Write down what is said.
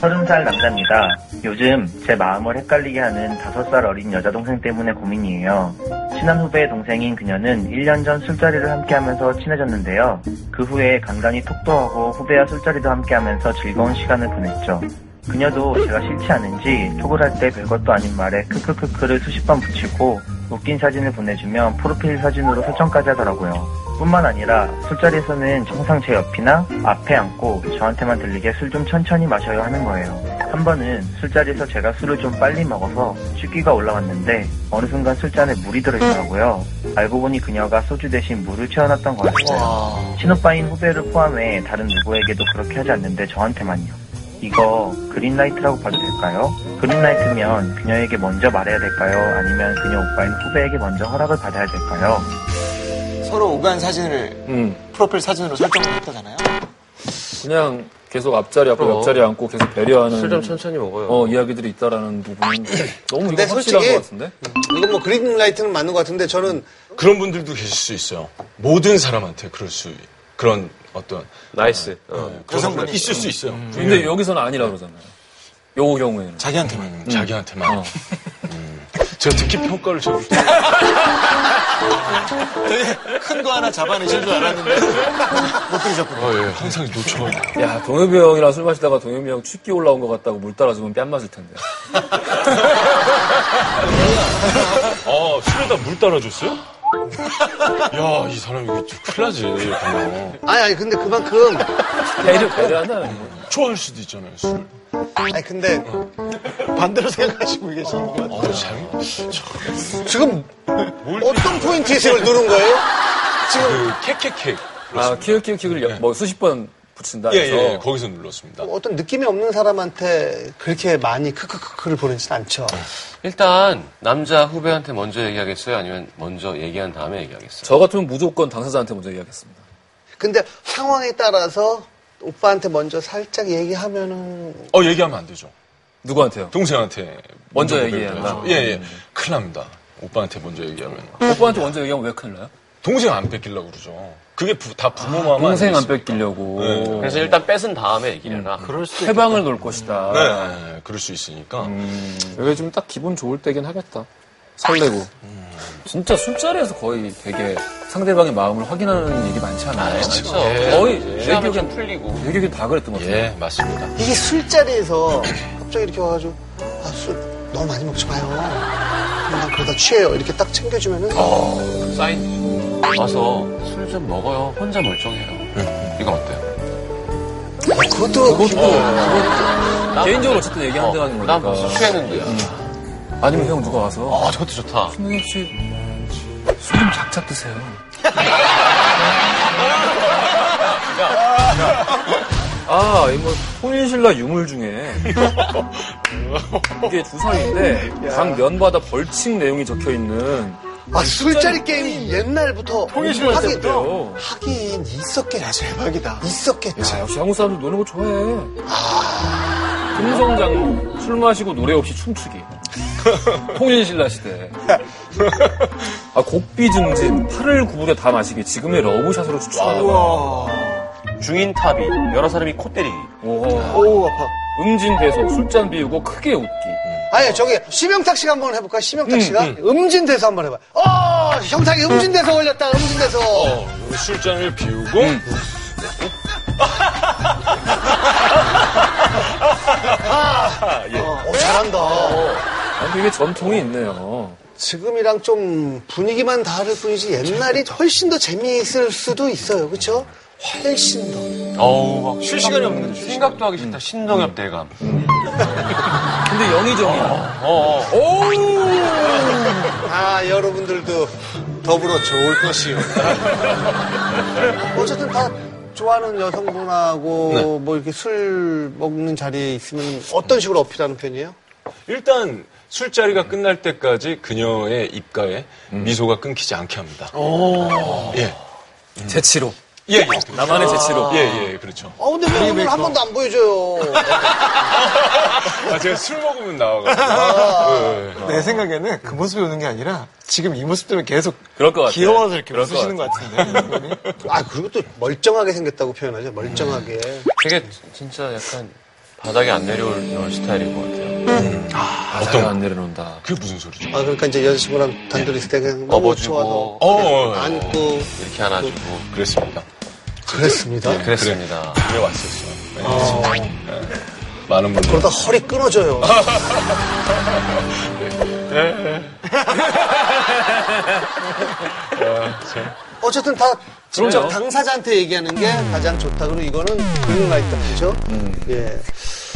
서른 살 남자입니다. 요즘 제 마음을 헷갈리게 하는 다섯 살 어린 여자 동생 때문에 고민이에요. 친한 후배의 동생인 그녀는 1년 전 술자리를 함께 하면서 친해졌는데요. 그 후에 간간히 톡도 하고 후배와 술자리도 함께 하면서 즐거운 시간을 보냈죠. 그녀도 제가 싫지 않은지 톡을 할 때 별것도 아닌 말에 크크크크를 수십 번 붙이고 웃긴 사진을 보내주면 프로필 사진으로 설정까지 하더라고요. 뿐만 아니라 술자리에서는 항상 제 옆이나 앞에 앉고 저한테만 들리게 술 좀 천천히 마셔야 하는 거예요. 한 번은 술자리에서 제가 술을 좀 빨리 먹어서 취기가 올라왔는데 어느 순간 술잔에 물이 들어있더라고요. 알고 보니 그녀가 소주 대신 물을 채워놨던 거였어요. 와. 친오빠인 후배를 포함해 다른 누구에게도 그렇게 하지 않는데 저한테만요. 이거 그린라이트라고 봐도 될까요? 그린라이트면 그녀에게 먼저 말해야 될까요? 아니면 그녀 오빠인 후배에게 먼저 허락을 받아야 될까요? 서로 오간 사진을 음. 프로필 사진으로 설정했다잖아요. 그냥 계속 앞자리 앞에 그럼. 옆자리 앉고 계속 배려하는 술 좀 천천히 먹어요. 어 이야기들이 있다라는 부분 너무 이거 근데 확실한 솔직히- 것 같은데 이건 뭐 그린라이트는 맞는 것 같은데 저는 그런 분들도 계실 수 있어요. 모든 사람한테 그럴 수 있- 그런 어떤 나이스. 어. 어, 그런 있을 수 있어요. 근데 여기서는 아니라 그러잖아요 요 경우에는 음, 자기한테만. 음, 자기한테만. 음. 제가 듣기 평가를 잘 못해요. 큰 거 하나 잡아내실 줄 알았는데 못 들으셨구나. 아, 예, 항상 놓쳐가지고. 야 동엽이 형이랑 술 마시다가 동엽이 형 취기 올라온 것 같다고 물 따라주면 뺨 맞을 텐데 아, 술에다 물 따라줬어요? 야, 이 사람 이거 좀 큰일 나지. 그냥. 아니 아니 근데 그만큼 배려 배려한다는 거 좋아할 수도 있잖아요, 술. 아니 근데 반대로 생각하시고 계시는 거 아, 잘못. 지금 뭘 어떤 포인트에서 이걸 누른 거예요? 그, 캐캐캐. 아 키읔키읔키읔을 뭐 수십 번 붙인다 예, 해서 예, 거기서 눌렀습니다. 어떤 느낌이 없는 사람한테 그렇게 많이 크크크크를 보내진 않죠. 일단 남자 후배한테 먼저 얘기하겠어요? 아니면 먼저 얘기한 다음에 얘기하겠어요? 저 같으면 무조건 당사자한테 먼저 이야기했습니다 근데 상황에 따라서 오빠한테 먼저 살짝 얘기하면은 어, 얘기하면 안 되죠. 누구한테요 동생한테 먼저 음. 고백을 얘기해야 해야죠. 한다. 예, 예. 큰일 납니다. 오빠한테 먼저 얘기하면. 오빠한테 먼저 얘기하면 왜 큰일 나요 동생 안 뺏기려고 그러죠. 그게 부- 다 부모 마음 동생 안 뺏기려고 네. 그래서 일단 뺏은 다음에 얘기를 해라. 그럴 수도 있 해방을 놓을 것이다 네, 아. 네, 그럴 수 있으니까. 음. 여기 좀 딱 기분 좋을 때긴 하겠다. 설레고. 음. 진짜 술자리에서 거의 되게 상대방의 마음을 확인하는 얘기 많지 않아요? 네. 예. 거의 내 취하면 좀 기억엔, 풀리고. 내 기억엔 다 그랬던 것 같아요. 예, 맞습니다. 이게 술자리에서 갑자기 이렇게 와가지고 아, 술 너무 많이 먹지 마요. 난 그러다 취해요. 이렇게 딱 챙겨주면은 사인 와서 술 좀 먹어요. 혼자 멀쩡해요. 이건 어때요? 그것도 개인적으로 어. 어쨌든 뭐 얘기한 대 하는 거니까. 난 벌써 취했는데. 아니면 형 누가 와서 아, 저것도 좋다. 승희 씨, 술 좀 작작 드세요. 아, 이 뭐, 혼인신라 유물 중에. 이게 두 살인데, 각 면마다 벌칙 내용이 적혀 있는. 아, 술자리 게임이 옛날부터 통일신라 하긴, 때부터요. 하긴 있었겠지. 대박이다. 있었겠지. 야, 아, 역시 한국 사람들 노는 거 좋아해. 금성장로, 술 마시고 노래 없이 춤추기. 통일신라 시대. 아, 곡비 증진, 팔을 구부려 다 마시기. 지금의 러브샷으로 추천하다가. 중인탑이. 여러 사람이 코 때리기. 오, 오, 아파. 음진 대소, 술잔 비우고 크게 웃기. 아니 저기 심영탁 씨가 한번 해볼까요? 심영탁 씨가 음, 진대서 한번 해봐. 어, 형탁이 음진대서 걸렸다. 음진대서. 어, 술잔을 비우고, 음. 어, 잘한다. 아, 근데 이게 전통이 있네요. 지금이랑 좀 분위기만 다를 뿐이지 옛날이 훨씬 더 재미있을 수도 있어요. 그렇죠? 훨씬 더. 어우, 막 음. 쉴 시간이 없는 거죠. 생각도 하기 싫다. 신동엽 대감. 근데 영희정이 어, 어. 아 여러분들도 더불어 좋을 것이요. 어쨌든 다 좋아하는 여성분하고 뭐 이렇게 술 먹는 자리에 있으면 어떤 식으로 어필하는 편이에요? 일단 술자리가 끝날 때까지 그녀의 입가에 음. 미소가 끊기지 않게 합니다. 예. 재치로. 예, 예. 나만의 재치로. 예, 예, 그렇죠. 아 근데 왜 오늘 한 번도 안 보여줘요? 아, 제가 술 먹으면 아. 나와가지고. 어. 예, 예. 내 생각에는 그 모습이 오는 게 아니라 지금 이 모습 때문에 계속 그럴 것 같아요. 귀여워서 이렇게 그럴 것 웃으시는 것 같은데. 아 그리고 또 멀쩡하게 생겼다고 표현하죠. 멀쩡하게. 되게 진짜 약간 바닥에 안 내려오는 스타일인 것 같아요. 바닥에 안 내려놓는다. 그게 무슨 소리죠? 아, 그러니까 이제 여자친구랑 단둘이 있을 때 그냥 너무 좋아서 업어주고 어, 어, 어. 안고 이렇게 안아주고 그랬습니다. 그랬습니다. 그랬습니다. 그래 왔었어요. 네. 어, 많은 분들. 그러다 허리 끊어져요. 어쨌든 다 직접 그래요. 음. 당사자한테 얘기하는 게 가장 좋다. 그리고 이거는 공유가 있다. 그죠? 예.